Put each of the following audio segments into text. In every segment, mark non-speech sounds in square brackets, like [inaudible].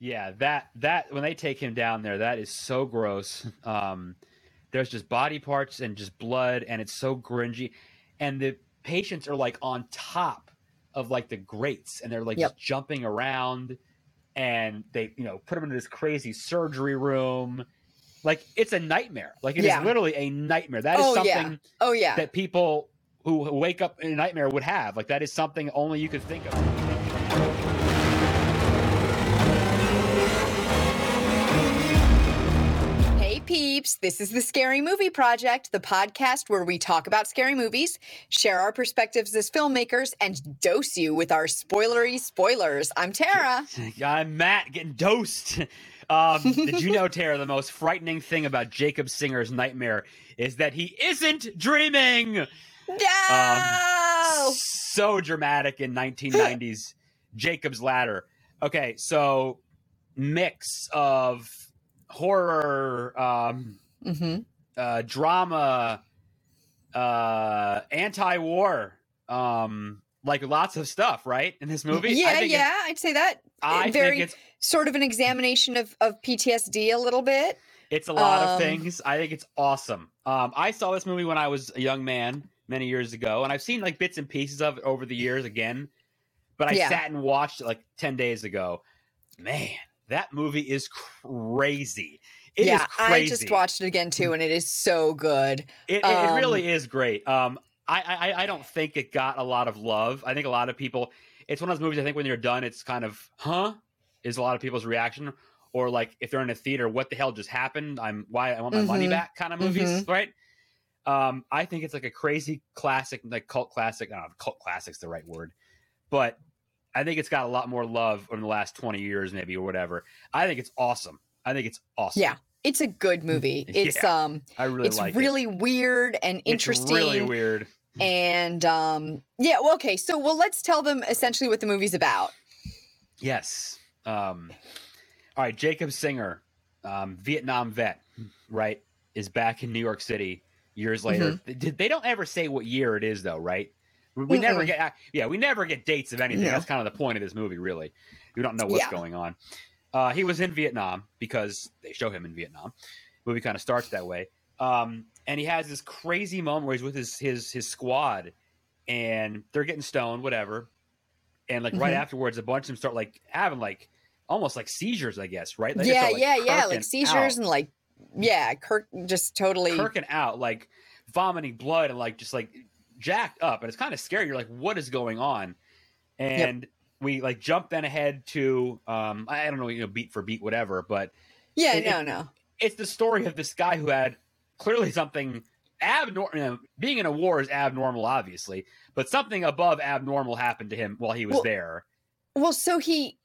Yeah, that that when they take him down there, that is so gross. [laughs] Um, there's just body parts and just blood, and it's so grungy. And the patients are like on top of like the grates, and they're like Yep. just jumping around. And they, you know, put them into this crazy surgery room. Like it's a nightmare. Like it is Yeah. literally a nightmare. That is Oh, yeah. something Oh yeah. that people who wake up in a nightmare would have. Like that is something only you could think of. Hey peeps, this is the Scary Movie Project, the podcast where we talk about scary movies, share our perspectives as filmmakers, and dose you with our spoilery spoilers. [laughs] I'm Tara. I'm Matt getting dosed. [laughs] Um, [laughs] did you know, Tara, the most frightening thing about Jacob Singer's nightmare is that he isn't dreaming? No! Um, So dramatic in [gasps] 1990s Jacob's Ladder. Okay, so mix of horror, um, hmm uh, drama, uh, anti-war, um, like lots of stuff, right? In this movie, I Yeah, think it- yeah, I'd say that. I Very- think it's Sort of an examination of, of PTSD a little bit. It's a lot Um, of things. I think it's awesome. Um, I saw this movie when I was a young man many years ago, and I've seen like bits and pieces of it over the years again. But I Yeah. sat and watched it like ten days ago. Man, that movie is crazy. It is yeah, I crazy. just watched it again too, and it is so good. It, it, it really is great. Um, I, I I- I don't think it got a lot of love. I think a lot of people. It's one of those movies. I think when you're done, it's kind of huh is a lot of people's reaction, or like if they're in a theater, what the hell just happened? I'm why I want my money Mhm. back kind of movies, right? Um, I think it's like a crazy classic, like cult classic. I don't know if cult classic's the right word, but I think it's got a lot more love in the last twenty years, maybe or whatever. I think it's awesome. I think it's awesome. Yeah. It's a good movie. It's um I Mm, really it's like it. really weird and interesting. It's really weird. and um yeah well, okay so well let's tell them essentially what the movie's about Yes. Um, all right. Jacob Singer, um, Vietnam vet, right, is back in New York City years later. Mm-hmm. Did- They don't ever say what year it is, though, right? We, we never Mm-mm. get, uh, yeah, we never get dates of anything. No. That's kind of the point of this movie, really. We don't know what's Yeah. going on. Uh, he was in Vietnam because they show him in Vietnam. Movie kind of starts that way. Um, and he has this crazy moment where he's with his his his squad, and they're getting stoned, whatever. And like right Mhm. afterwards, a bunch of them start like having like almost like seizures, I guess, right? Like, they yeah start, yeah yeah kirking like out- seizures and like yeah kirk just totally kirking out, like vomiting blood and like just like jacked up, and it's kind of scary. You're like, what is going on? And we like jump then ahead to um, I don't know, you know, beat for beat, whatever, but yeah it- no no it's the story of this guy who had clearly something abnormal. Being in a war is abnormal, obviously, but something above abnormal happened to him while he was Well- there. well so he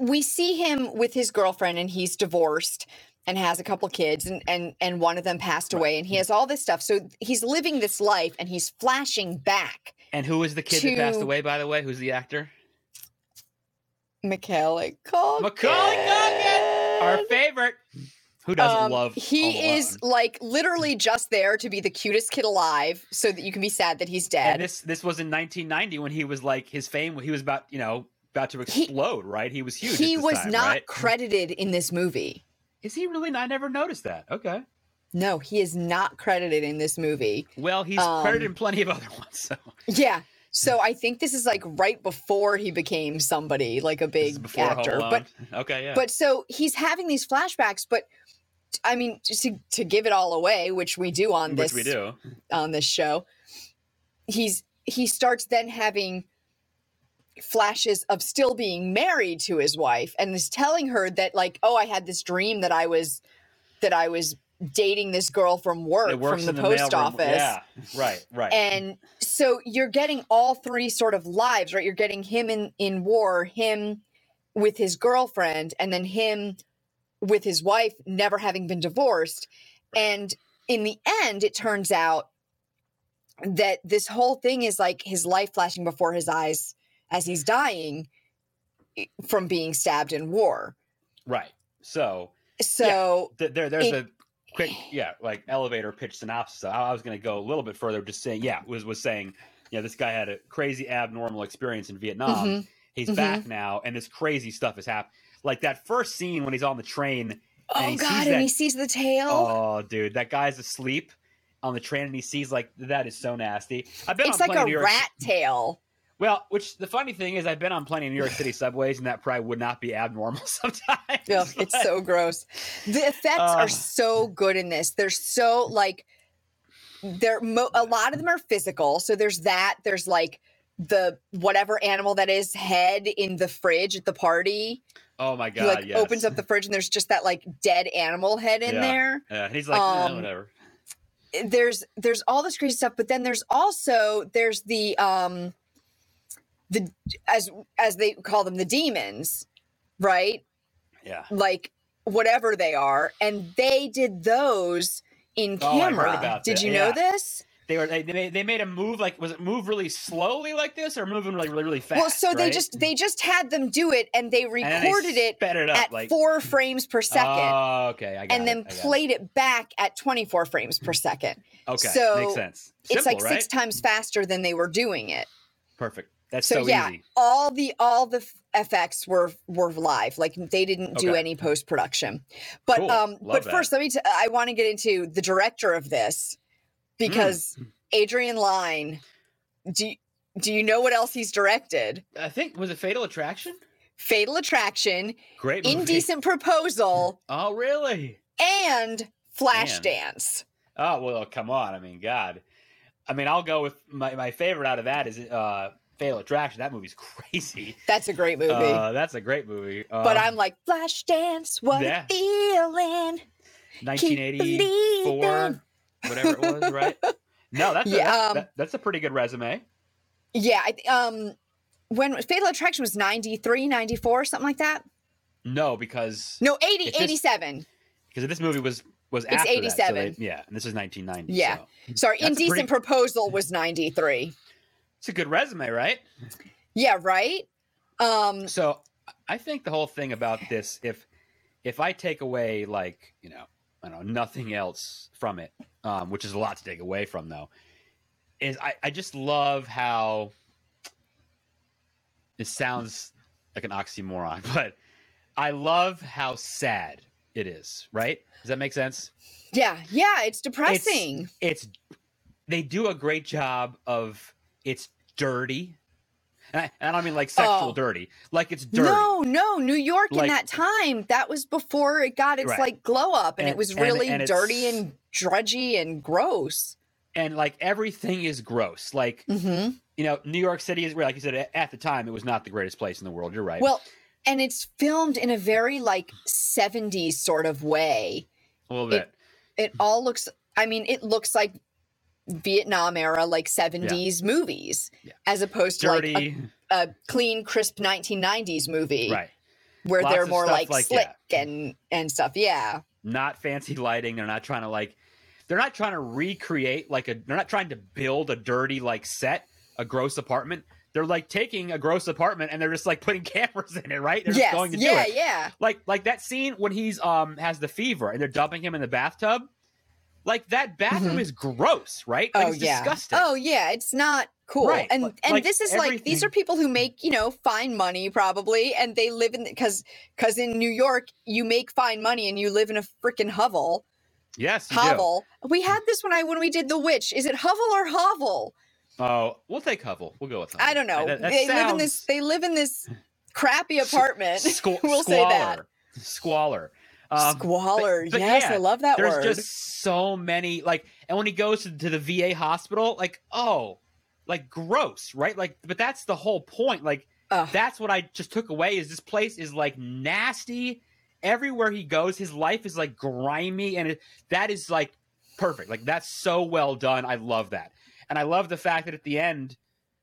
we see him with his girlfriend and he's divorced and has a couple kids and and and one of them passed Right. away and he has all this stuff so he's living this life and he's flashing back And who was the kid that passed to- away? By the way, who's the actor? macaulay Culkin. Macaulay Culkin! Our favorite. Who doesn't Um, love? Home He is Alone? like literally just there to be the cutest kid alive, so that you can be sad that he's And dead. this this was in 1990 when he was like his fame. He was about you know about to He- explode, right? He was huge. at he this was time, not right? credited in this movie. Is he really? not? I never noticed that. Okay. No, he is not credited in this movie. Well, he's Um, credited in plenty of other [laughs] ones. So Yeah. So I think this is like right before he became somebody, like a This is big before Home actor. Alone. But okay, yeah. but so he's having these flashbacks, but I mean just to, to give it all away, which we do on which this we do. on this show he's he starts then having flashes of still being married to his wife and is telling her that like oh i had this dream that i was that i was dating this girl from work It works from in the, the post mailroom. office Yeah, right, right. and so you're getting all three sort of lives right you're getting him in in war him with his girlfriend and then him with his wife never having been divorced and in the end it turns out that this whole thing is like his life flashing before his eyes as he's dying i- from being stabbed in war right. So so th- there, there's It- a quick, yeah, like elevator pitch synopsis. I, I was going to go a little bit further, just saying, yeah, was was saying, you know, this guy had a crazy abnormal experience in Vietnam. mhm, He's mhm. back now, and this crazy stuff has happened. Like that first scene when he's on the train. Oh and he God! sees and that- he sees the tail. Oh, dude, that guy's asleep on the train and he sees like that is so nasty. I've been it's on like plenty of a New York- rat tail. Well, which the funny thing is, I've been on plenty of New York City subways, and that probably would not be abnormal [laughs] sometimes. [laughs] Ugh, it's but- so gross. The effects Uh. are so good in this. They're so like they're mo- a lot of them are physical. So there's that. There's like the whatever animal that is head in the fridge at the party. oh my He god, like yes. opens up the fridge and there's just that like dead animal head in Yeah. there. Yeah, he's like, "Eh, um, whatever. There's there's all this crazy stuff, but then there's also there's the um the as as they call them the demons, right? Yeah. like whatever they are, and they did those in Oh, I heard camera. about did that, you yeah. know this? They were they, they made- they made a move like was it move really slowly like this or moving really really really fast? well, so they right? just they just had them do it, and they And then they recorded it sped it up at like four frames per second. Oh, okay, I got and it, then I got it. played it back at 24 frames per second. Okay, so makes sense. Simple, it's like right? six times faster than they were doing it. Perfect. That's so, so, yeah, easy. all the all the f- effects were were live like they didn't do Okay. any post production but Cool. um Love but that. first let me t- i want to get into the director of Mm. this because adrian line do you, do you know what else he's directed I think was it Fatal Attraction? fatal attraction [laughs] Great movie. indecent proposal Oh, really? and And- flashdance Oh well, come on. I mean, God. I mean, I'll go with my, my favorite out of that is uh, Fatal Attraction. That movie's [laughs] crazy. that's a great movie Uh, that's a great movie. Uh, but i'm like flashdance what yeah. a feeling keep 1984, believing. whatever it was, [laughs] right? No, that's a, Yeah, that's, um, that- that's a pretty good resume. Yeah, I, th- um when Fatal Attraction was 93, 94, something like that. No, because No, 80, It's just- 87. because this movie was was It's after that, so 87. they- yeah, and this is 1990. Yeah. so. Sorry, that's a Indecent pretty- Proposal was 93. it's a good resume, right? Yeah, right? Um So I think the whole thing about this, if if I take away like you know, I don't know nothing else from it, um, which is a lot to take away from though, is I, I just love how it sounds like an oxymoron, [laughs] but I love how sad it is. Right? Does that make sense? yeah, yeah, it's depressing. it's they do a great job of it's dirty. And I, and I don't mean like sexual Oh. dirty. Like it's dirty. No, no, New York Like- in that time, that was before it got its Right. like glow up and, And- it was and- really and it's- dirty and drudgy and gross. and like everything is gross. Like hmm you know, New York City is like you said a- at the time it was not the greatest place in the world. You're right. Well, and it's filmed in a very like 70s sort of way. a little bit. it all looks i mean it looks like vietnam era like 70s movies Yeah. as opposed to dirty, like a, a clean crisp 1990s movie right? where Lots they're of more stuff like, like- slick yeah. and and stuff yeah Not fancy lighting. They're not trying to like. They're not trying to recreate like a. They're not trying to build a dirty like set, a gross apartment. They're like taking a gross apartment and they're just like putting [laughs] cameras in it, right? They're yes just going to do yeah it. yeah Like like that scene when he's um has the fever and they're dumping him in the bathtub. Like that bathroom Mhm. is gross, right? Like oh it's yeah disgusting. oh yeah it's not cool Right, and like- and like this is like everything- these are people who make you know fine money probably and they live in because because in new york you make fine money and you live in a freaking hovel yes, you do. hovel we had this when i when we did the witch is it hovel or hovel Oh, we'll take Hovel. We'll go with Hovel. I don't know. That- that they live in this. sounds They live [sighs] in this crappy apartment. [laughs] squ- we'll say squalor. that. Squalor. Um, Squalor. but yes, yeah, I love that there's word. just so many like, and when he goes to, to the VA hospital, like, oh, like gross, right? Like, but that's the whole point. Like, Ugh. that's what I just took away. Is this place is like nasty. Everywhere he goes, his life is like grimy, and it, that is like perfect. Like that's so well done. I love that, and I love the fact that at the end,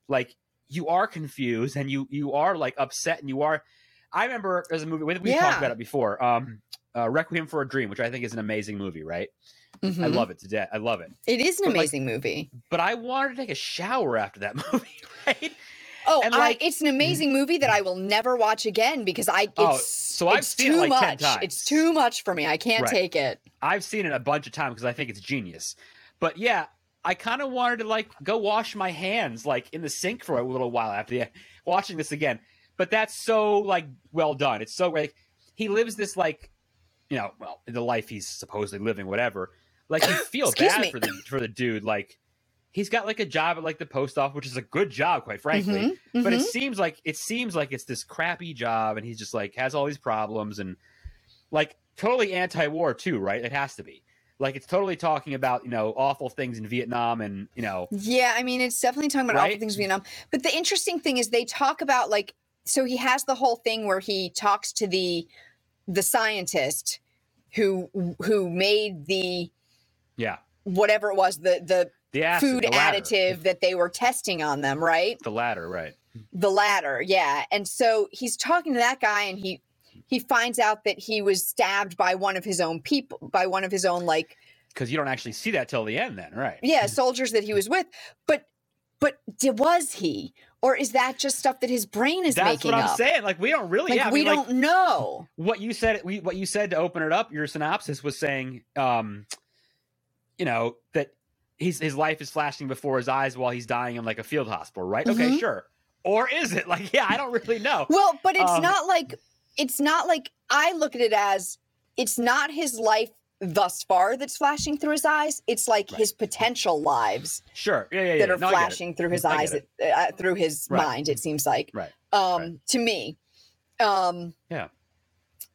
like you are confused and you you are like upset and you are. I remember there's a movie we we Yeah. talked about it before. Um, uh, Requiem for a Dream, which I think is an amazing movie, right? I Mhm. love it to death. I love it. It is an but, like- amazing movie. But I wanted to take a shower after that [laughs] movie, right? Oh, and, I- like- mm-hmm. it's an amazing movie that I will never watch again because I. It's, Oh, so I've it's seen it too like 10 much. times. It's too much for me. I can't Right. take it. I've seen it a bunch of times because I think it's genius. But yeah, I kind of wanted to like go wash my hands like in the [laughs] sink for a little while after the, watching this again. But that's so like well done. It's so like he lives this like, you know, well, the life he's supposedly living, whatever. [coughs] Like you feel Excuse bad me. for the for the dude. Like he's got like a job at like the post office, which is a good job, quite frankly. Mhm, But mhm. it seems like it seems like it's this crappy job, and he's just like has all these problems and like totally anti-war too, right? It has to be. Like it's totally talking about you know awful things in Vietnam and you know Yeah, I mean, it's definitely talking about all the Right? things in Vietnam. But the interesting thing is they talk about like so he has the whole thing where he talks to the the scientist who who made the yeah whatever it was the the the acid, food the ladder. additive that they were testing on them, right? the ladder right The latter, yeah. And so he's talking to that guy and he he finds out that he was stabbed by one of his own people, by one of his own like because you don't actually see that till the end then right yeah soldiers that he was with but but di- was he or is that just stuff that his brain is that's making what I'm up saying like we don't really like yeah, I we mean, like, don't know what you said we, what you said to open it up your synopsis was saying um you know that he's his life is flashing before his eyes while he's dying in like a field hospital right okay Mhm. sure or is it [laughs] like yeah i don't really know well but it's Um, not like it's not like i look at it as it's not his life thus far that's flashing through his eyes it's like Right. his potential lives sure yeah yeah, yeah. that are No, I get it. flashing through his I get eyes it. uh, through his Right. mind it seems like Right. um to me um Yeah.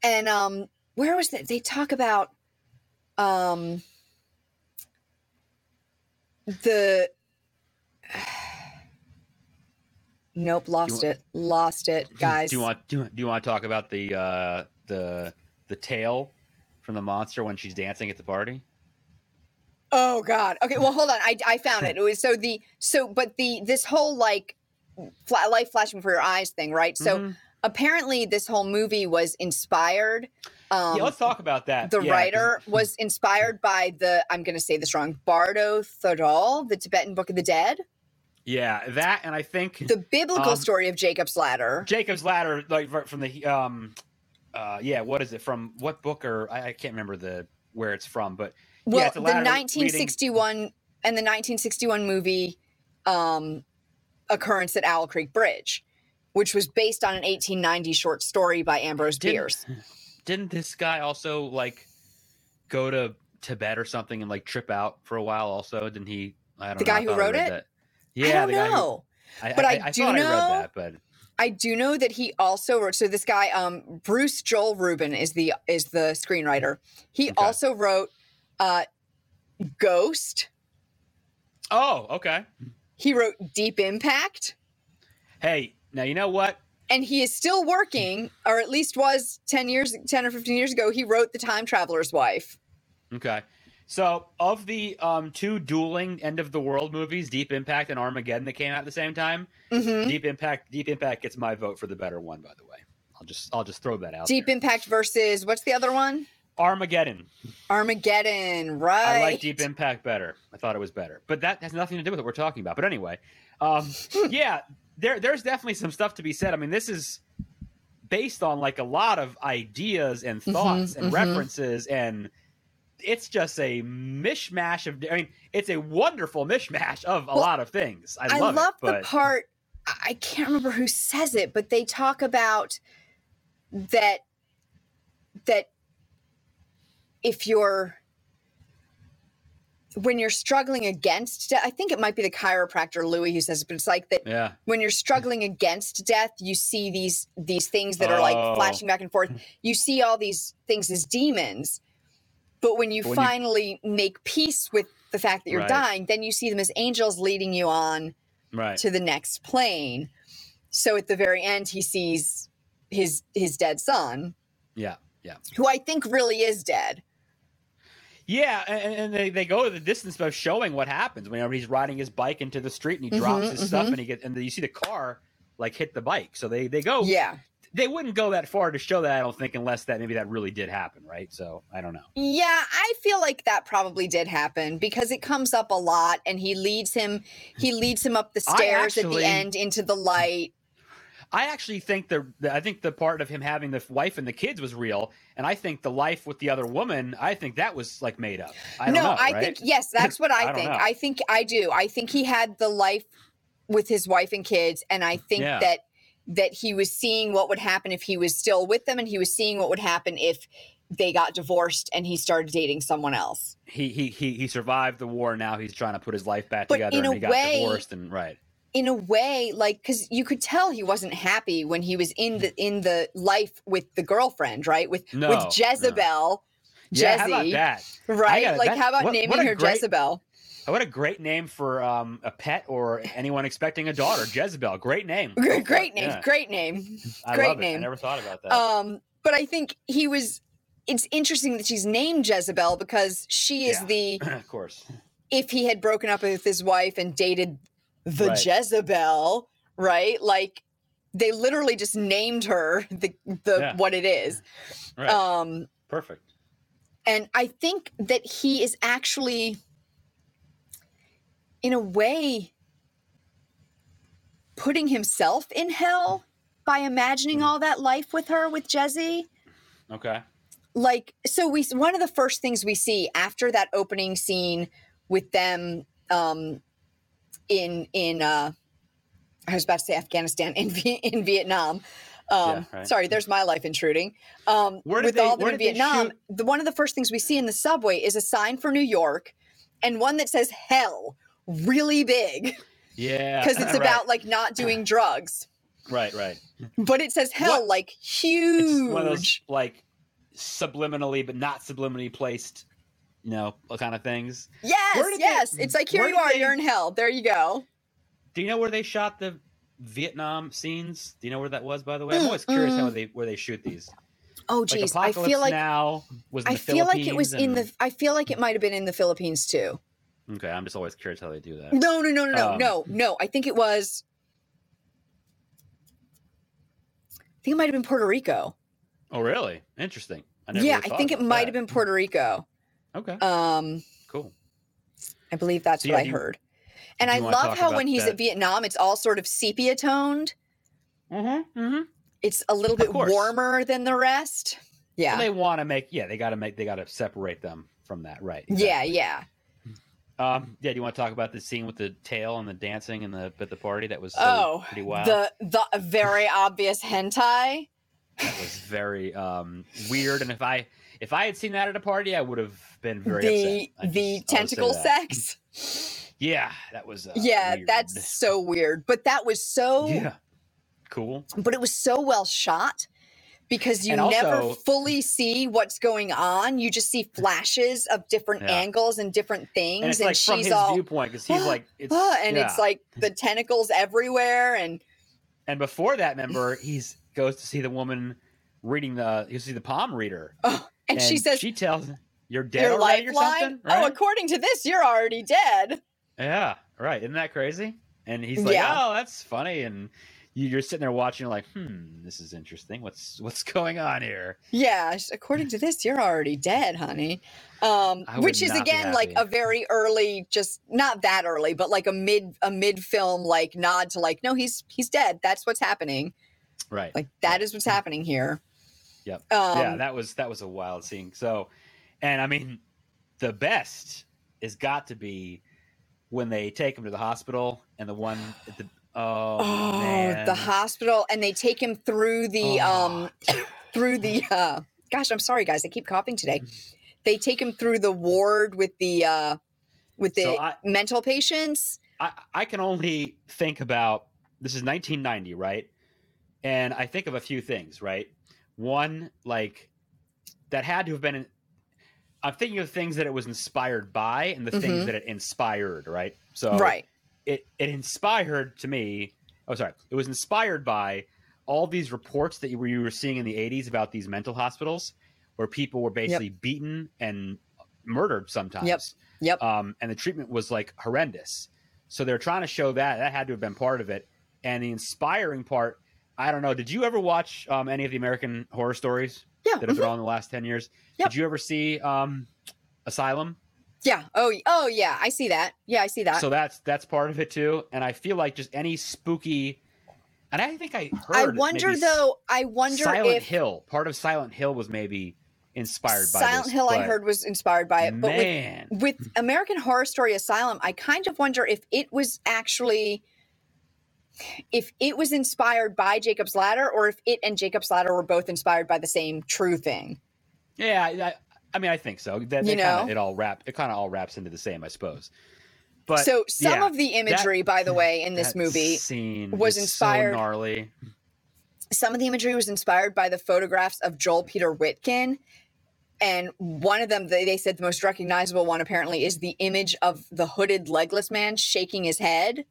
and um where was that they talk about um the [sighs] nope lost wa- it lost it guys do you want do you, do you want to talk about the uh the the tail from the monster when she's dancing at the party Oh God. Okay. Well, hold on. I, I found it. It was so the so but the this whole like fla- life flashing for your eyes thing, right? So Mhm. apparently, this whole movie was inspired. Um, yeah let's talk about that Yeah, the 'cause- [laughs] writer was inspired by the I'm going to say this wrong Bardo Thodol, the Tibetan Book of the Dead, yeah that and i think the biblical Um, story of Jacob's Ladder. Jacob's Ladder, like ver- from the um, uh, yeah, what is it from? What book or I, I can't remember the where it's from, but yeah, Well, it's a the ladder reading- 1961 and the 1961 movie um, occurrence at Owl Creek Bridge, which was based on an 1890 short story by Ambrose Didn't- Bierce. didn't this guy also like go to Tibet or something and like trip out for a while? Also, didn't he? I don't The know. guy I who thought I wrote read it? That. I Yeah, don't the guy. Who, know. I, but I, I I do thought I know- read that, but I do know that he also wrote. So this guy, um, Bruce Joel Rubin, is the is the screenwriter. He Okay. also wrote uh, Ghost. oh, okay. He wrote Deep Impact, Hey, now you know what? and he is still working, or at least was ten years, ten or fifteen years ago. He wrote The Time Traveler's Wife. Okay. So, of the um, two dueling end of the world movies, Deep Impact and Armageddon, that came out at the same time, hmm Deep Impact. Deep Impact gets my vote for the better one, by the way. I'll just I'll just throw that out. Deep there. Impact versus what's the other one? Armageddon. Armageddon, right? I like Deep Impact better. I thought it was better, but that has nothing to do with what we're talking about. But anyway, um, Hmm. yeah, there there's definitely some stuff to be said. I mean, this is based on like a lot of ideas and thoughts and mhm. references and. It's just a mishmash of. I mean, it's a wonderful mishmash of a Well, lot of things. I, I love, love, it, but the part. I I can't remember who says it, but they talk about that that if you're when you're struggling against death, I think it might be the chiropractor Louis who says it, but it's like that yeah, when you're struggling against death, you see these these things that are Oh. like flashing back and forth. You see all these things as demons, but when you When you- finally make peace with the fact that you're Right. dying, then you see them as angels leading you on right. to the next plane. So at the very end, he sees his his dead son, Yeah, yeah. who I think really is dead. Yeah, a- and, and they, they go to the distance of showing what happens whenever he's riding his bike into the street and he drops Mhm, his stuff and he gets and you see the car like hit the bike. So they they go Yeah, they wouldn't go that far to show that I don't think unless that maybe that really did happen, right? So I don't know. yeah. I feel like that probably did happen because it comes up a lot, and he leads him he leads him up the I stairs at actually- the end into the light. I actually think the the- I think the part of him having the wife and the kids was real, and I think the life with the other woman, I think that was like made up. I don't no, know, I right? think [laughs] yes, that's what I I, don't think. know. I think I do. I think he had the life with his wife and kids, and I think Yeah. that that he was seeing what would happen if he was still with them and he was seeing what would happen if they got divorced and he started dating someone else. He he he he survived the war. Now he's trying to put his life back But together, in and a he got way- divorced. And right, In a way, like because you could tell he wasn't happy when he was in the in the life with the girlfriend, right? With Mm. No, no. with Jezebel. yeah. How Jezzy, about that? Right? gotta- like that- how about what- naming what a her great- Jezebel? [laughs] Oh, What a great name for um, a pet or anyone expecting a daughter. Jezebel, great name. [laughs] Great, great name. Oh, Yeah. Oh. Great name. I great love it. name. I never thought about that. Um, but I think he was it's interesting that she's named Jezebel because she is Yeah. the [clears throat] of [clears throat] course. if he had broken up with his wife and dated the Right. Jezebel, right? Like they literally just named her the the Yeah. what it is. Right. Um Perfect. and I think that he is actually in a way putting himself in hell by imagining all that life with her with Jezzy. Okay. like so we one of the first things we see after that opening scene with them um in in uh i was about to say afghanistan in Vi- in vietnam um Yeah, right. sorry there's my life intruding um Where did with they- all them where in did they vietnam shoot- the one of the first things we see in the subway is a sign for new york and one that says hell [laughs] really big Yeah. because [laughs] it's Right. about like not doing drugs right, right. but it says hell What- like It's huge one of those like subliminally but not subliminally placed, you know, kind of things. Where Yes, did they- yes. it's like here where you did are, they- you're in hell. There you go. Do you know where they shot the Vietnam scenes? Do you know where that was? By the way, I'm always curious how they where they shoot these. Oh Like geez, I Apocalypse feel like Now was. In I the feel like it was in the. Philippines I feel like it might have been in the Philippines too. and- Okay, I'm just always curious how they do that. No, no, no, no, no, Um, no, no. I think it was. I think it might have been Puerto Rico. Oh, really? Interesting. I never Yeah, would've I thought think it about might have that. been Puerto Rico. Okay, Um, cool. I believe that's So, what yeah, I do you- heard. And do I you wanna love talk how about when he's that? at Vietnam, it's all sort of sepia toned. Mm-hmm. Mm-hmm. It's a little bit course. warmer than the rest. Yeah, They want to make. Yeah, they got to make. They got to separate them from that, right? yeah, yeah. Yeah. Um, yeah. Do you want to talk about the scene with the tail and the dancing and the at the party that was so Oh, pretty wild? the the very obvious hentai. that was very um, weird. And if I if I had seen that at a party, I would have been very the upset. I just- I'll the just say tentacle that. sex. [laughs] [laughs] Yeah, that was. Uh, yeah, weird. that's so weird. But that was so. yeah, cool. But it was so well shot because you And never also- fully see what's going on. You just see flashes of different Yeah. angles and different things, And and, it's like from she's his all. viewpoint because he's like, it's, "Ah," [gasps] and yeah. it's like the tentacles everywhere, and And before that, [laughs] member, he's goes to see the woman reading the. You see the palm reader, and, she says, she tells him, you're dead "Your already or lifeline. something." Oh, Right? according to this, you're already dead." yeah, right. Isn't that crazy? And he's like, Yeah. "Oh, that's funny." And you- you're sitting there watching, you're like, "Hmm, this is interesting. What's what's [laughs] going on here?" Yeah, she's, according to this, you're already dead, honey. Um, I would which is not be again like a happy. very early, just not that early, but like a mid a mid film like nod to like, no, he's he's dead. That's what's happening. Right. Like that is what's happening here. Mm. Yep. Um, yeah, that was that was a wild scene. So, and I mean, the best is got to be when they take him to the hospital and the one at the oh, oh, man. Oh the hospital, and they take him through [sighs] the um through the uh, gosh, I'm sorry guys, I keep coughing today. Mm. They take him through the ward with the uh with the So I- mental patients. I, I can only think about this is 1990, right? And I think of a few things, right? One, like that had to have been. I'm thinking of things that it was inspired by and the Mhm. things that it inspired, right? So, Right. it it inspired to me. Oh, sorry, it was inspired by all these reports that you were, you were seeing in the '80s about these mental hospitals where people were basically beaten and murdered sometimes. Yep. Um, and the treatment was like horrendous. So they're trying to show that that had to have been part of it. And the inspiring part, I don't know. Did you ever watch um, any of the American horror stories Yeah. that have been on in the last ten years? Mm-hmm. Yep. Did you ever see um, Asylum? Yeah. Oh. y- Oh. Yeah. I see that. Yeah. I see that. so that's that's part of it too and i feel like just any spooky and i think i I heard wonder maybe though. I wonder silent if hill part of silent hill was maybe inspired by Silent this, Hill I but heard was inspired by it, but with, man with American Horror Story Asylum, I kind of wonder if it was actually if it was inspired by Jacob's Ladder or if it and Jacob's Ladder were both inspired by the same true thing. Yeah, I, I mean, I think so. That, You they kinda- know? it all wrap. It kind of all wraps into the same, I suppose. But so some yeah, of the imagery, [laughs] by the way, in this that movie, scene was is inspired- So gnarly. some of the imagery was inspired by the photographs of Joel Peter Whitkin. And one of them, they, they said the most recognizable one apparently is the image of the hooded legless man shaking his head.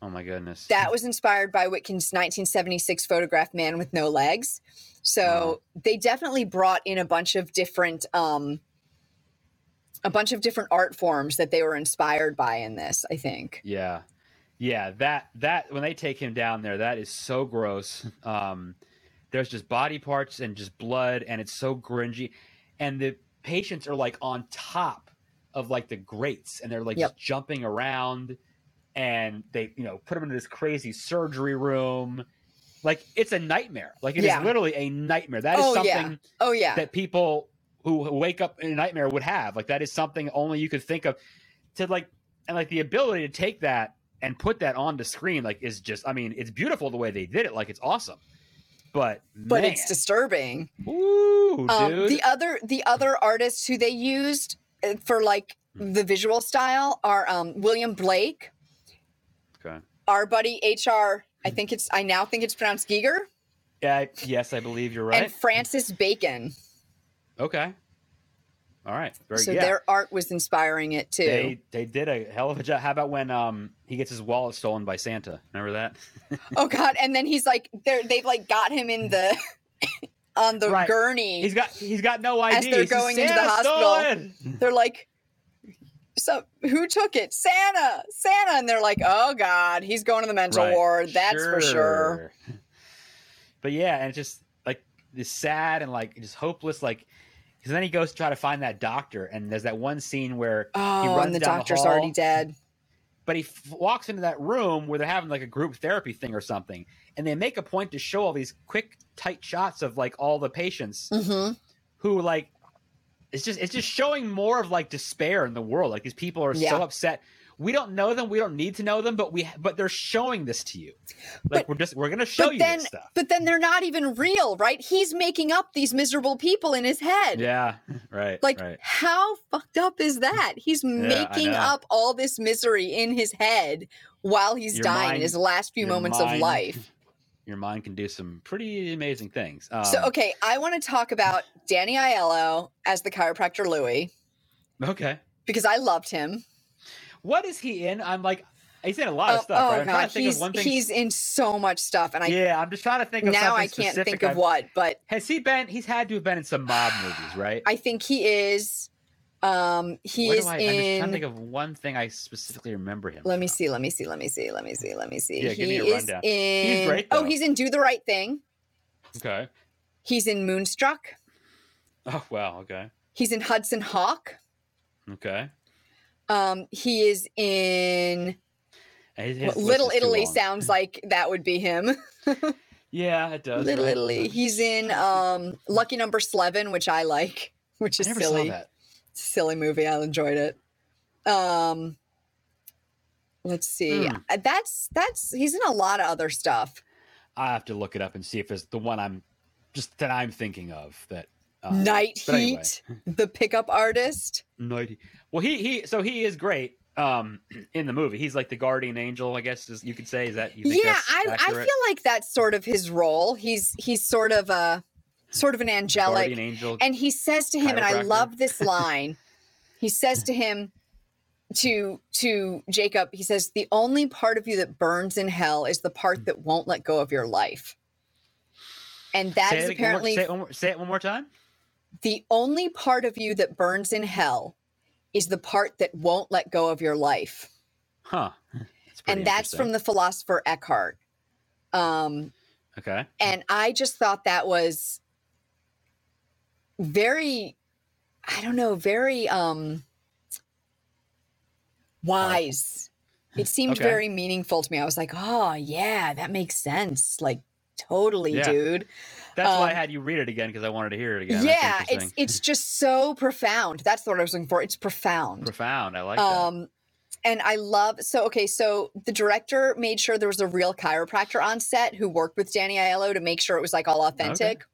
Oh my goodness. That was inspired by Whitkin's 1976 photograph Man with No Legs. So they definitely brought in a bunch of different um a bunch of different art forms that they were inspired by in this, I think. Yeah. Yeah, that that when they take him down there, that is so gross. Um there's just body parts and just blood and it's so grungy and the patients are like on top of like the grates and they're like Yep. just jumping around and they, you know, put them into this crazy surgery room. Like it's a nightmare. Like it is Yeah. literally a nightmare. That is Oh, yeah. something Oh yeah. that people who wake up in a nightmare would have. Like that is something only you could think of to like and like the ability to take that and put that on the screen like is just I mean, it's beautiful the way they did it. Like it's awesome. But but man, it's disturbing. ooh, Um, dude. the other the other artists who they used uh, for like Hmm. the visual style are um, William Blake, okay. our buddy HR. Hmm. I think it's I now think it's pronounced Giger Yeah, I- yes, I believe you're right. and Francis Bacon. okay. All right. Very so yeah. their art was inspiring it too. They they did a hell of a job. How about when um he gets his wallet stolen by Santa? Remember that? [laughs] Oh God! And then he's like they they've like got him in the [laughs] on the Right. gurney. He's got he's got no ID. As they're He says, going into the "Santa hospital." stolen! they're like. So who took it? Santa, Santa, and they're like, "Oh God, he's going to the mental Right. ward. That's for sure." Sure. [laughs] But yeah, and it's just like this sad and like just hopeless, like because then he goes to try to find that doctor, and there's that one scene where, Oh, runs and the down the doctor's hall. already dead. but he f- walks into that room where they're having like a group therapy thing or something, and they make a point to show all these quick, tight shots of like all the patients Mm-hmm. who like it's just it's just showing more of like despair in the world. Like these people are Yeah. so upset. We don't know them. We don't need to know them, but we but they're showing this to you. Like But- we're just we're gonna show you then- this stuff. But then they're not even real, right? He's making up these miserable people in his head. Yeah, right. Like, right. how fucked up is that? He's Yeah, I making know. up all this misery in his head while he's Your dying in mind- his last few your moments of mind- life. Your mind can do some pretty amazing things. Um, so, okay, I want to talk about Danny Aiello as the chiropractor Louis okay. because I loved him. What is he in? I'm like, he's in a lot of Oh, stuff. oh, right? I'm trying God, to think he's, of one thing. he's in so much stuff, and I yeah, I'm just trying to think of now something I can't specific. think of I've- what, but Has he been? He's had to have been in some mob movies, right? I think he is. Um, he Where is do I, I'm just trying to in. think of one thing I specifically remember him. let me from. see. Let me see. Let me see. Let me see. Let me see. Yeah, give me a is rundown. in. great, oh, though. he's in Do the Right Thing. Okay. He's in Moonstruck. Oh wow. Okay. He's in Hudson Hawk. Okay. Um, he is in And his- his well, list Little is too Italy. long. [laughs] Sounds like that would be him. Yeah, it does. Little right? Italy. He's in um, Lucky Number Eleven, which I like, which I is never silly. saw that. silly movie. I enjoyed it. Um, let's see. Hmm. Uh, That's that's he's in a lot of other stuff. I have to look it up and see if it's the one I'm just that I'm thinking of. That um, Night but anyway. Heat, the pickup artist. Nighty. Well, he he. So he is great. Um, [clears throat] in the movie, he's like the guardian angel. I guess is, you could say is that. You think Yeah, that's I, I accurate? feel like that's sort of his role. He's he's sort of a sort of an angelic, guardian angel. and he says to him, and I chiropractor. [laughs] love this line. he says to him to to Jacob. He says, "The only part of you that burns in hell is the Hmm. part that won't let go of your life." And that Say is it again, one more- apparently say it, one more, say it one more time. The only part of you that burns in hell is the part that won't let go of your life. Huh. [laughs] That's pretty and that's from interesting. the philosopher Eckhart. Um, okay. and I just thought that was very, I don't know, very um, wise. It seemed Okay. very meaningful to me. I was like, oh, yeah, that makes sense. Like, totally, Yeah. dude. That's why I um, had you read it again because I wanted to hear it again. Yeah, That's it's interesting. it's just so profound. That's the word I was looking for. It's profound. profound. I like um and I love so okay. So the director made sure there was a real chiropractor on set who worked with Danny Aiello to make sure it was like all authentic.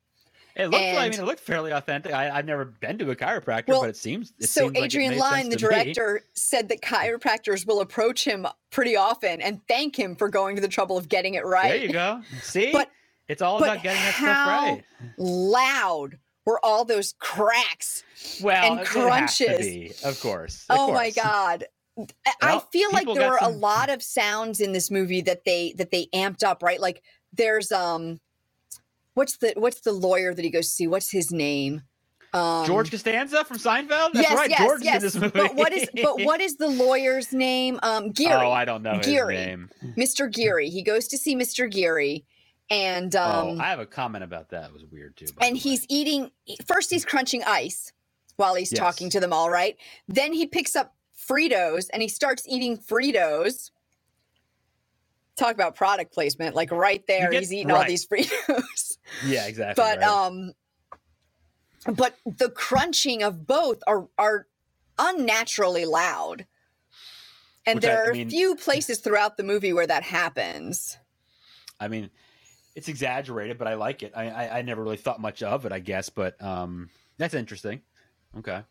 It looked. like I And- mean, it looked fairly authentic. I, I've never been to a chiropractor, Well, but it seems. It so seems like it Adrian made Lyne, the sense to me. director, said that chiropractors will approach him pretty often and thank him for going to the trouble of getting it right. [laughs] There you go. See, But- it's all but about getting that how- stuff right. Loud were all those cracks. Well, and it has to crunches. be, of course. of oh my course. god I- i Well, feel like people got there were a some- lot of sounds in this movie that they that they amped up right like there's um what's the what's the lawyer that he goes see what's his name um George Costanza from Seinfeld. That's right. George is in this movie. but what is but what is the lawyer's name um geary [laughs] Oh, I don't know Geary. his name. mr geary he goes to see mr geary and oh, um I have a comment about that. It was weird too. by and the way. he's eating first he's crunching ice while he's Yes. talking to them all right then he picks up fritos and he starts eating fritos talk about product placement like right there get- he's eating all right. these fritos yeah, exactly. [laughs] but right. um but the crunching of both are are unnaturally loud and Which I- I there are mean- a few places throughout the movie where that happens I mean, it's exaggerated, but I like it. I, I I never really thought much of it, I guess, but um, that's interesting. Okay.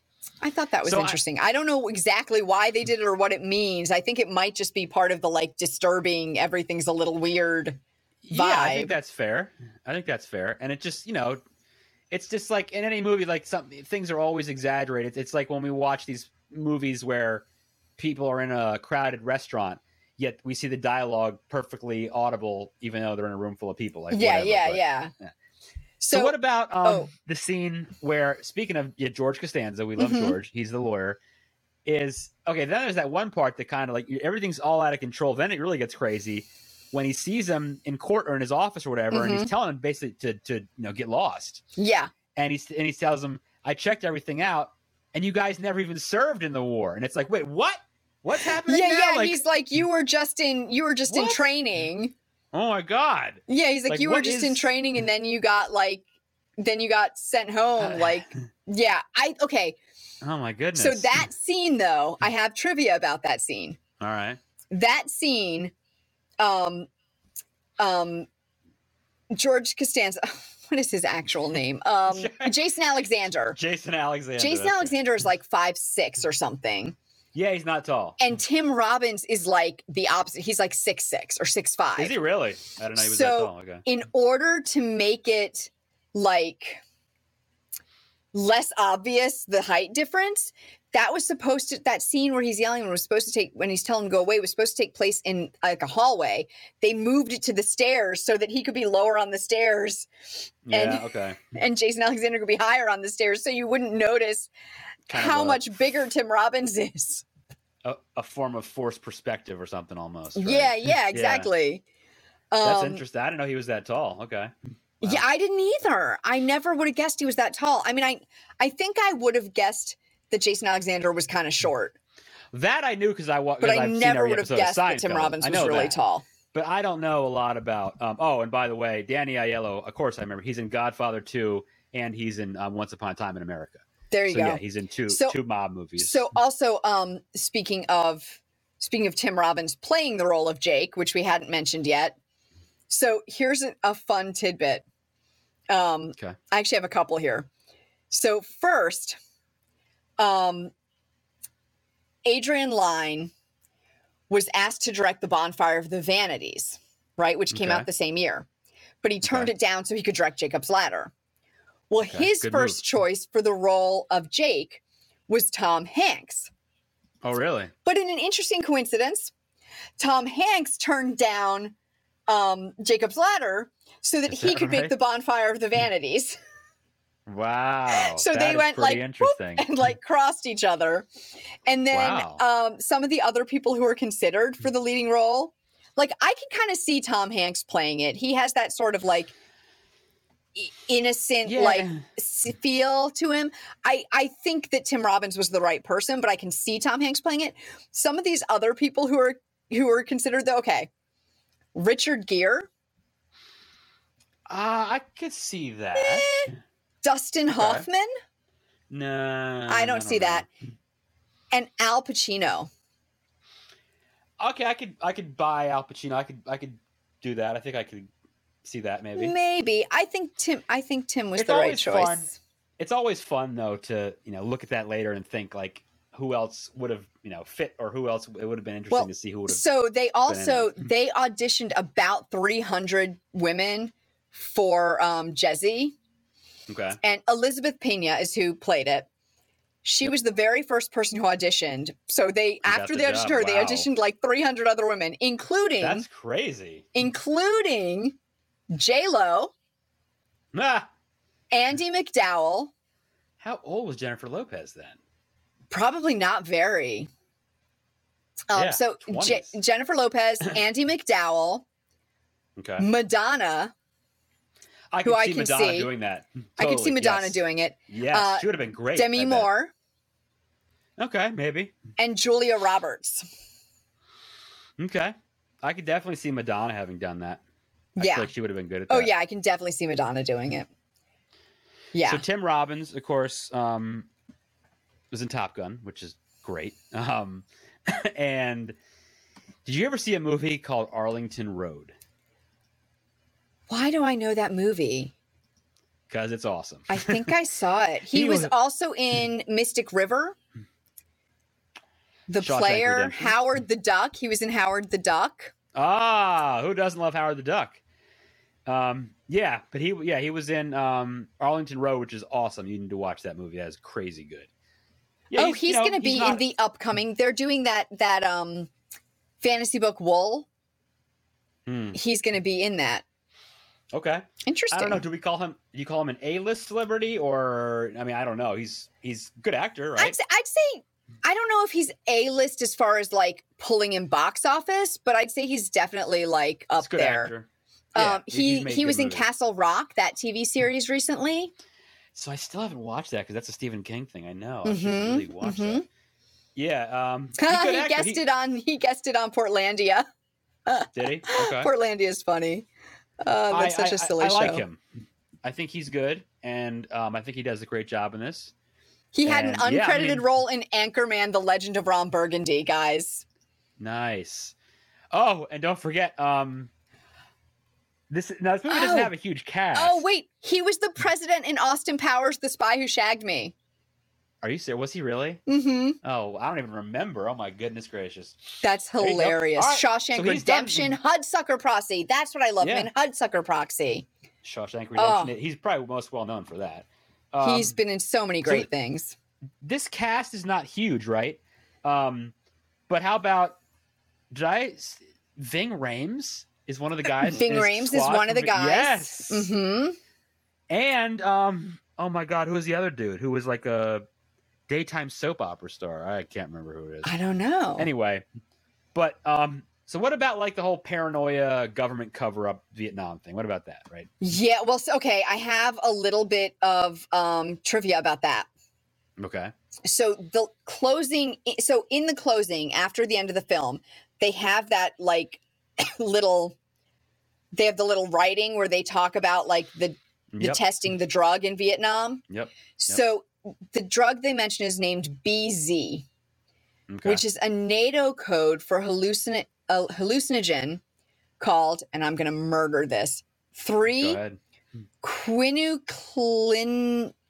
I thought that was So I- interesting. I, don't know exactly why they did it or what it means. I think it might just be part of the like disturbing everything's a little weird. Yeah, I think vibe. that's fair. I think that's fair. And it just, you know, it's just like in any movie, like some things are always exaggerated. It's like when we watch these movies where people are in a crowded restaurant, yet we see the dialogue perfectly audible, even though they're in a room full of people. Like, yeah, whatever, yeah, but- yeah, yeah. So, So, what about um, oh. the scene where, speaking of yeah, George Costanza, we love Mhm. George, he's the lawyer. Is okay. Then there's that one part that kind of like everything's all out of control. Then it really gets crazy when he sees him in court or in his office or whatever, and Mm-hmm. he's telling him basically to to you know get lost. yeah, And he's and he tells him, "I checked everything out, and you guys never even served in the war." And it's like, wait, what? What's happening yeah, now? yeah. like, he's like, you were just in, you were just in What? training. oh my god. Yeah, he's like, Like, you were what just in is- training, and then you got like, then you got sent home. Uh, [laughs] like, yeah, I okay. Oh my goodness. So that scene though, I have trivia about that scene. all right. that scene um um george costanza [laughs] what is his actual name [laughs] um jason alexander Jason Alexander. jason that's right. alexander is like five six or something Yeah, he's not tall. and tim robbins is like the opposite he's like six six or six five Is he really? I don't know. He was that So- tall. Okay. in order to make it like less obvious the height difference that was supposed to that scene where he's yelling was supposed to take when he's telling him to go away was supposed to take place in like a hallway they moved it to the stairs so that he could be lower on the stairs Yeah. okay. and jason alexander could be higher on the stairs so you wouldn't notice Kind of how a- much bigger tim robbins is A, a form of forced perspective or something almost. right? yeah [laughs] yeah exactly That's Um, interesting. I didn't know he was that tall. Okay. Yeah, I didn't either. I never would have guessed he was that tall. I mean, I I think I would have guessed that Jason Alexander was kind of short, That I knew because I watched. but I I've seen never every would have episode guessed of that Tim Seinfeld. Robbins I was know really that. tall. But I don't know a lot about. Um, oh, and by the way, Danny Aiello. Of course, I remember he's in Godfather Two, and he's in um, Once Upon a Time in America. There you so go. yeah, he's in two So- two mob movies. so also, um, speaking of speaking of Tim Robbins playing the role of Jake, which we hadn't mentioned yet. So here's a, a fun tidbit. Um, Okay. I actually have a couple here. So first, um, Adrian Lyne was asked to direct the Bonfire of the Vanities, right, which came Okay. out the same year, but he turned it down so he could direct Jacob's Ladder. Well, Okay, his good first move. choice for the role of Jake was Tom Hanks. oh, really? But in an interesting coincidence, Tom Hanks turned down um, Jacob's Ladder so that Is he that could make right? Hmm. the bonfire of the vanities [laughs] Wow. So that they is went, pretty like, whoop, interesting. and like crossed each other. And then Hmm. Wow. um, some of the other people who were considered for the leading role, like I can kind of see Tom Hanks playing it. He has that sort of like i- innocent yeah. like s- feel to him. I I think that Tim Robbins was the right person, but I can see Tom Hanks playing it. Some of these other people who are who are considered though, okay, Richard Gere, Uh, I could see that. Dustin Hoffman, No, I don't see know. that, and Al Pacino. okay, I could I could buy Al Pacino. I could I could do that. I think I could see that maybe. Maybe I think Tim. I think Tim was It's the right always choice. fun. It's always fun though to you know look at that later and think like who else would have you know fit or who else it would have been interesting Well, to see who would have. So they also it. they auditioned about 300 women for um, Jezzy, okay. and Elizabeth Pena is who played it. She was the very first person who auditioned. So they got after the they auditioned job. her, they Wow. auditioned like 300 other women, including That's crazy. including J Lo, Ah, Andy McDowell, how old was Jennifer Lopez then? probably not very. Um, Yeah, so J- 20s. [clears throat] Jennifer Lopez, Andy McDowell, Okay. Madonna. I Mm, who could I see can Madonna see. doing that. I could see Totally, Madonna yes. doing it. Yes, uh, she would have been great. I Demi bet. Moore Okay, maybe. and Julia Roberts. Okay. I could definitely see Madonna having done that. I Yeah. feel like she would have been good at that. Oh yeah, I can definitely see Madonna doing it. Yeah. So Tim Robbins, of course, um, was in Top Gun, which is great. Um, [laughs] and did you ever see a movie called Arlington Road? Why do I know that movie? Because it's awesome. I think I saw [laughs] it. He, He was, was- also in Mystic River. The Shawshank player Redemption. Howard the Duck. He was in Howard the Duck. Ah, who doesn't love Howard the Duck? Um, yeah, but he yeah he was in um, Arlington Road, which is awesome. You need to watch that movie. That is crazy good. Yeah, oh, he's, you know, going to be not- in the upcoming. They're doing that that um fantasy book Wool. Hmm, He's going to be in that. okay. Interesting. I don't know. Do we call him? Do you call him an A-list celebrity, or I mean, I don't know. He's he's a good actor, right? I'd, say, I'd say I don't know if he's a list as far as like pulling in box office, but I'd say he's definitely like He's up a good there. actor. Yeah, Um, he's he made he good was in movies. Castle Rock, that TV series recently. So I still haven't watched that because that's a Stephen King thing. I know. I should Mhm, really watch that. Yeah. Um, he's [laughs] he a good actor. guessed it on he guessed it on Portlandia. Did [laughs] he? Okay. Portlandia is funny. Uh, that's I- such a I- silly I, show. like him. I think he's good, and um, I think he does a great job in this. He had an And, uncredited yeah, I mean- role in Anchorman: The Legend of Ron Burgundy. Guys, Nice. Oh, and don't forget, um, this now this movie doesn't Oh. have a huge cast. oh wait, he was the president in Austin Powers: The Spy Who Shagged Me. are you serious? Was he really? hmm Oh, I don't even remember. Oh my goodness gracious. That's you go. hilarious. All right, Shawshank so he's done- Redemption, Hudsucker Proxy. That's what I love. him Yeah. in Hudsucker Proxy. Shawshank Oh. Redemption. He's probably most well known for that. Um, He's been in so many so- great things. this cast is not huge, right? Um, but how about did I s- Ving Rhames is one of [laughs] the guys. Ving in his Rhames is squad one of from the Vi- guys. Yes. hmm And um, oh my God, who was the other dude who was like a daytime soap opera star? I can't remember who it is. I don't know. Anyway, but um, so what about like the whole paranoia government cover up Vietnam thing? What about that? Right? Yeah, well, s- okay, I have a little bit of um, trivia about that. Okay. So the closing, i- so in the closing, after the end of the film, they have that like [coughs] little, they have the little writing where they talk about like the, the Yep. testing the drug in Vietnam. Yep, So the drug they mention is named BZ, okay. which is a NATO code for hallucin- a hallucinogen called, and I'm going to murder this, Go three ahead.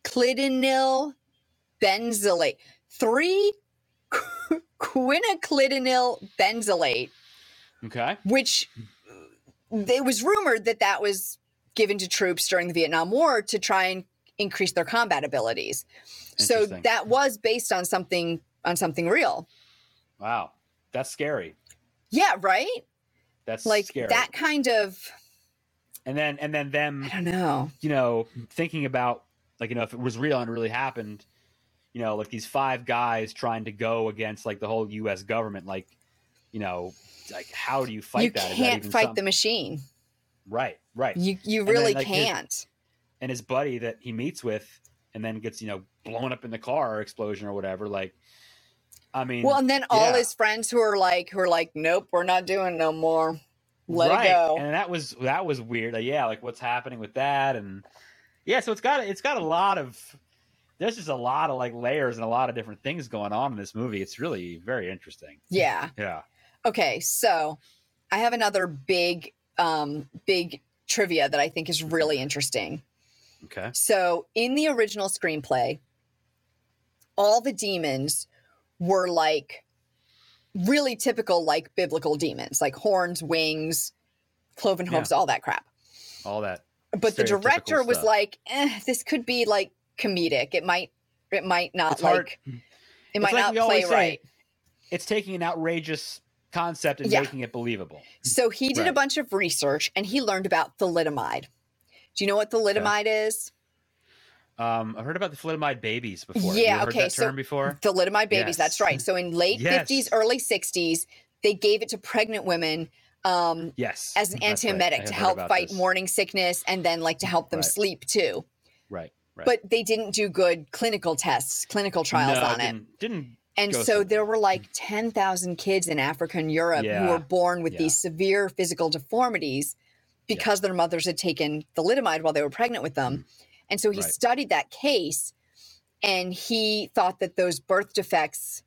quinoclidinil benzylate. Three [laughs] quinoclidinil benzylate, Okay. which uh, it was rumored that that was given to troops during the Vietnam War to try and increase their combat abilities. So Interesting. that was based on something on something real. Wow, that's scary. Yeah, right? That's Like scary. that kind of and then and then them I don't know. you know, thinking about like you know if it was real and really happened, you know, like these five guys trying to go against like the whole U.S. government, like you know, like how do you fight you that? Is that can't even fight some- the machine. Right, right. You you And then, really like, here's- can't. And his buddy that he meets with, and then gets you know blown up in the car or explosion or whatever. Like, I mean, Well, and then all yeah. his friends who are like who are like, Nope, we're not doing no more. Let right. it go. And that was that was weird. Like, yeah, like what's happening with that? And yeah, so it's got it's got a lot of there's just a lot of like layers and a lot of different things going on in this movie. It's really very interesting. yeah. Yeah. Okay, so I have another big, um, big trivia that I think is really interesting. Okay. So in the original screenplay, all the demons were like really typical, like biblical demons, like horns, wings, cloven hooves, all that crap. All that. But the Stereotypical director was stuff. like, eh, "This could be like comedic. It might, it might not It's like, hard. it might it's like not we play always say, right." It's taking an outrageous concept and Yeah. making it believable. So he did a Right. bunch of research and he learned about thalidomide. Do you know what thalidomide is? Um, I've heard about the thalidomide babies before. Yeah, you heard okay, That so- term before. Thalidomide babies. Yes. That's right. So in late Yes. 50s, early 60s, they gave it to pregnant women um, Yes. as an that's right. I antiemetic have to heard help about fight this. morning sickness and then like to help them Right. sleep too. Right. Right. But they didn't do good clinical tests, clinical trials No, on it. didn't, Didn't. And go so somewhere. there were like 10,000 kids in Africa and Europe who Yeah. were born with Yeah. these severe physical deformities Yeah. because their mothers had taken thalidomide while they were pregnant with them. And so he Right. studied that case and he thought that those birth defects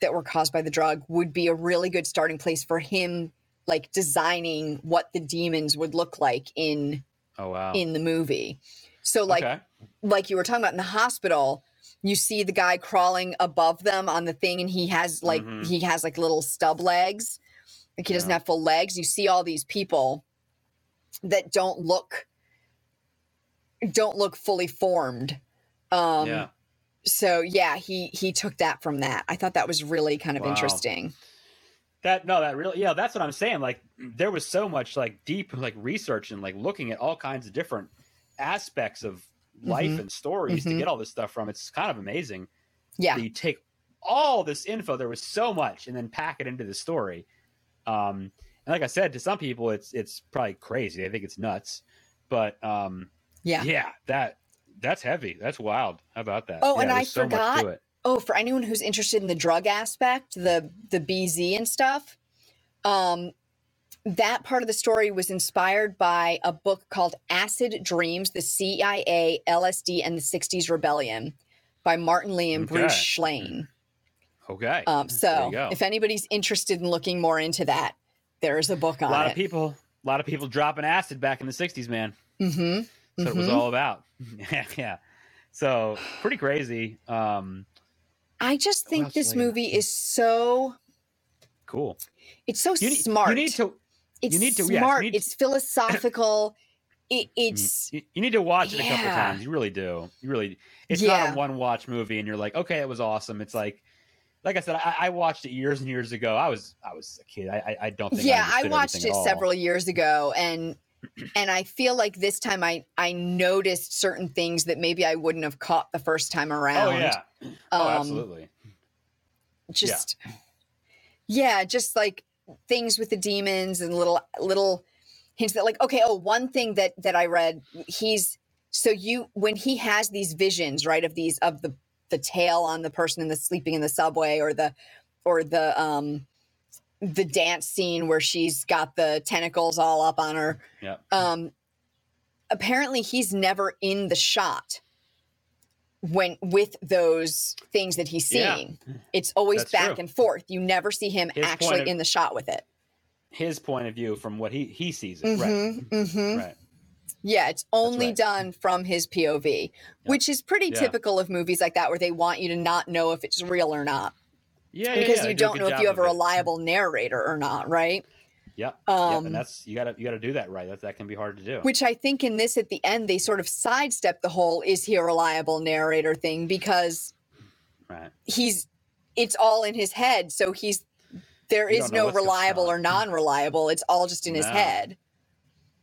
that were caused by the drug would be a really good starting place for him like designing what the demons would look like in Oh wow. in the movie. So like okay. like you were talking about in the hospital you see the guy crawling above them on the thing and he has like Mhm. he has like little stub legs like he doesn't Yeah. have full legs you see all these people that don't look don't look fully formed um yeah. so yeah he he took that from that i thought that was really kind of Wow. interesting That no, that really yeah, that's what I'm saying. Like there was so much like deep like research and like looking at all kinds of different aspects of life Mhm. and stories Mhm. to get all this stuff from. It's kind of amazing. yeah that you take all this info there was so much and then pack it into the story um and like i said to some people it's it's probably crazy they think it's nuts but um yeah yeah, that that's heavy that's wild how about that Oh, Yeah, and I there's so much forgot- to it. oh for anyone who's interested in the drug aspect the the bz and stuff um that part of the story was inspired by a book called acid dreams the cia lsd and the 60s rebellion by martin lee and bruce Okay. schlein okay um, There so you go. if anybody's interested in looking more into that there's a book a on lot it of people a lot of people dropping acid back in the 60s man Mhm. so it was Mhm. all about [laughs] yeah yeah so pretty crazy um i just What think else was this I gonna- movie is so cool it's so you need, smart you need to it's need to- yes, you smart need Mm. to- it's philosophical it, it's you, you need to watch it a couple Yeah. times. You really do. You really. It's not Yeah. a one watch movie, and you're like, okay, it was awesome. It's like, like I said, I, I watched it years and years ago. I was I was a kid. I I, I don't think. yeah I, i understood watched everything it at all. several years ago and and i feel like this time i i noticed certain things that maybe i wouldn't have caught the first time around Oh yeah. Oh, Um, absolutely. just yeah. just like things with the demons and little little hints that like okay oh one thing that that i read he's so you when he has these visions right of these of the the tail on the person in the sleeping in the subway or the or the um the dance scene where she's got the tentacles all up on her Yeah. um apparently he's never in the shot when with those things that he's Yeah. seeing it's always That's back true. and forth you never see him His point actually of- in the shot with it His point of view from what he he sees it. Mhm, mhm. Right. Right. yeah it's only right. done from his pov which is pretty Yeah. typical of movies like that where they want you to not know if it's real or not Yeah. yeah, because yeah, they you do a don't good know if job you have a of it. reliable narrator or not right Yep. yep. um And that's you gotta you gotta do that right. That that can be hard to do. which I think in this at the end they sort of sidestep the whole is he a reliable narrator thing because right. he's it's all in his head, so he's there You is don't know no what's going reliable on. or non-reliable. It's all just in his No. head.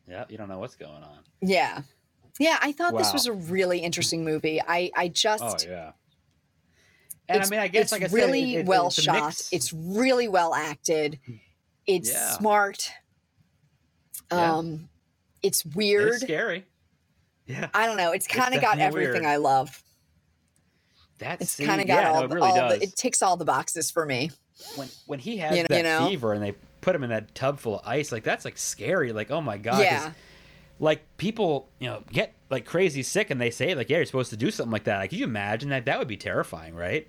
Yeah. You don't know what's going on. Yeah. Yeah, I thought this Wow. was a really interesting movie. I I just Oh yeah. And I it's- mean, I guess it's like I said, really it- it- well it's a shot. mix. It's really well acted. It's Yeah. smart. Yeah. Um, it's It is weird. Uh, scary. Yeah, I don't know. It's kind of got definitely everything weird. I love. that's It's kind of got yeah, all, no, it the- really all does. the, it ticks all the boxes for me. when when he has you know- that you know? fever and they put him in that tub full of ice, like that's like scary. Like oh my god, 'cause, yeah. Like people, you know, get like crazy sick and they say like yeah, you're supposed to do something like that. Like, can you imagine that? That would be terrifying, right?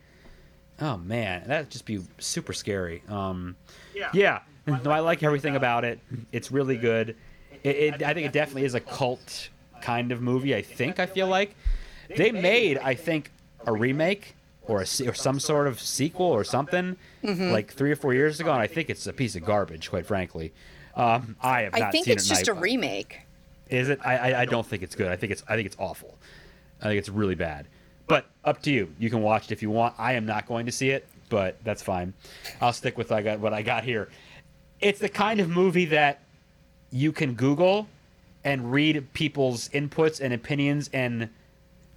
Oh man, that'd just be super scary. Um, Yeah. yeah, no, I like everything about it. It's really good. It, it, I think it definitely is a cult kind of movie. I think I feel like they made, I think, a remake or a se- or some sort of sequel or something Mm-hmm. like three or four years ago, and I think it's a piece of garbage, quite frankly. Um, I have. I not think seen it's it and just I- a remake. Is it? I, I I don't think it's good. I think it's I think it's awful. I think it's really bad. But up to you. You can watch it if you want. I am not going to see it, but that's fine. I'll stick with I got what I got here. It's the kind of movie that you can Google and read people's inputs and opinions and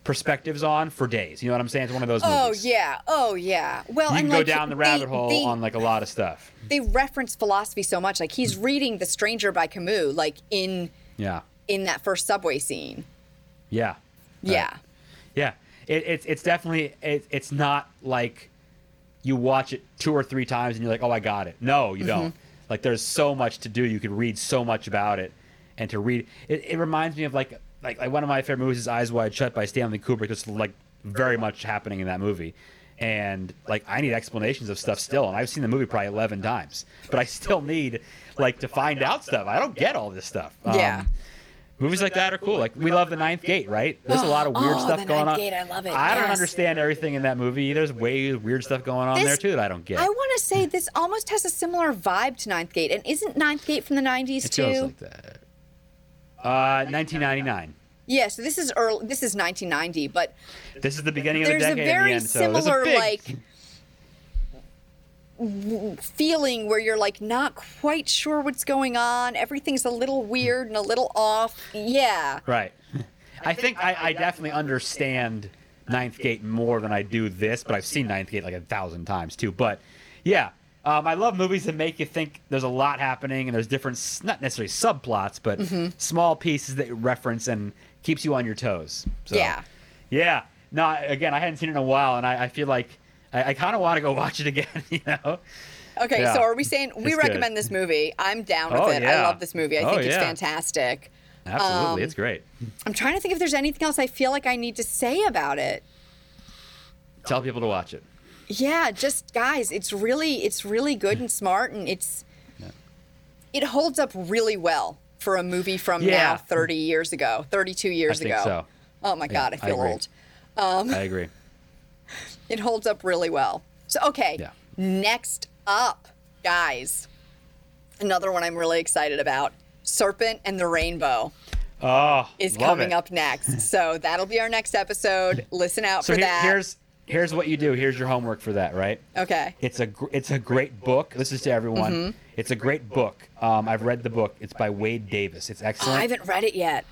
perspectives on for days. You know what I'm saying? It's one of those movies. Oh yeah, oh yeah. Well, You and can go like, down the they- rabbit hole they- on like Hmm. a lot of stuff. they reference philosophy so much. Like he's reading The Stranger by Camus, like in Yeah. in that first subway scene. Yeah. Yeah. Yeah, it, it's it's definitely it, it's not like you watch it two or three times and you're like, oh, I got it. No, you don't. Like there's so much to do. You could read so much about it, and to read it, it reminds me of like, like like one of my favorite movies is Eyes Wide Shut by Stanley Kubrick. There's like very much happening in that movie. And like I need explanations of stuff still, and I've seen the movie probably eleven times, but I still need like to find out stuff. I don't get all this stuff. Um, Yeah. movies like that are cool. Like we love the Ninth Gate, right? There's a lot of weird Oh, stuff The going Ninth on. Gate, I love it, I don't yes. understand everything in that movie. There's way weird stuff going on This- there too that I don't get. I want to Hmm. say this almost has a similar vibe to Ninth Gate, and isn't Ninth Gate from the '90s it too? feels like that. Uh, 1999. yeah. So this is early. This is 1990, but This is the beginning of the there's a decade. and very the end, so there's a similar big- like w- feeling where you're like not quite sure what's going on. Everything's a little weird and a little off. Yeah. [laughs] Right. I think I, I definitely understand Ninth Gate more than I do this, but I've seen Ninth Gate like a thousand times too. But yeah, um, I love movies that make you think there's a lot happening and there's different, s- not necessarily subplots, but small pieces that you reference and keeps you on your toes. So, Yeah. Yeah. No, I- again, I hadn't seen it in a while, and I, I feel like I, I kind of want to go [laughs] watch it again, you know? Okay, Yeah. so are we saying we It's good. recommend this movie? I'm down with Oh, it. I yeah. love this movie. I Oh, think it's yeah. fantastic. Absolutely. Um, it's great. I'm trying to think if there's anything else I feel like I need to say about it. Tell people to watch it. Yeah, just guys, it's really it's really good and smart and it's it holds up really well for a movie from now Yeah. 30 years ago, 32 years think ago. so. Oh my god, I I feel agree. old. I [laughs] agree. It holds up really well. So okay. Yeah. Next up, guys. Another one I'm really excited about. Serpent and the Rainbow. Oh, is love coming it. up [laughs] next. So that'll be our next episode. Listen out So for here- that. here's here's what you do. Here's your homework for that, right? okay. It's a gr- it's a great book. This is to everyone. Mm-hmm. It's a great book. Um, I've read the book. It's by Wade Davis. It's Oh, I excellent. haven't read it yet.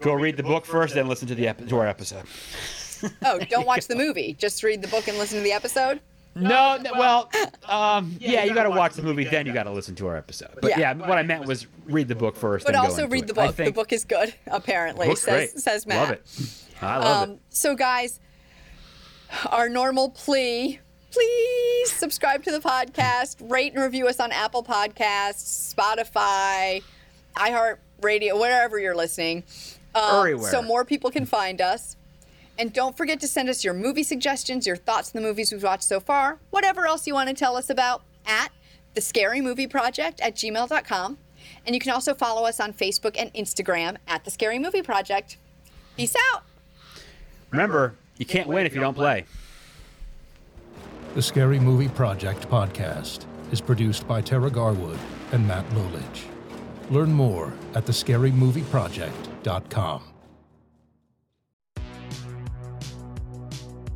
Go read the book first, then listen to the ep- to our episode. Oh, don't watch [laughs] the movie. Just read the book and listen to the episode. No, no well, um, yeah, you got to watch the movie, then you got to listen to our episode. But Yeah. yeah. what I meant was read the book first. But then go also into read it. the I book. The think- book is good, apparently, book's says great. says Matt. Love it. I love it. Um, So guys, our normal plea, please subscribe to the podcast, rate and review us on Apple Podcasts, Spotify, iHeartRadio, wherever you're listening. Um, Everywhere. So more people can find us. And don't forget to send us your movie suggestions, your thoughts on the movies we've watched so far, whatever else you want to tell us about at the Scary Movie Project at gmail.com. And you can also follow us on Facebook and Instagram at the Scary Movie Project. Peace out. Remember, you can't win if you don't play. The Scary Movie Project podcast is produced by Tara Garwood and Matt Lulich. Learn more at thescarymovieproject.com.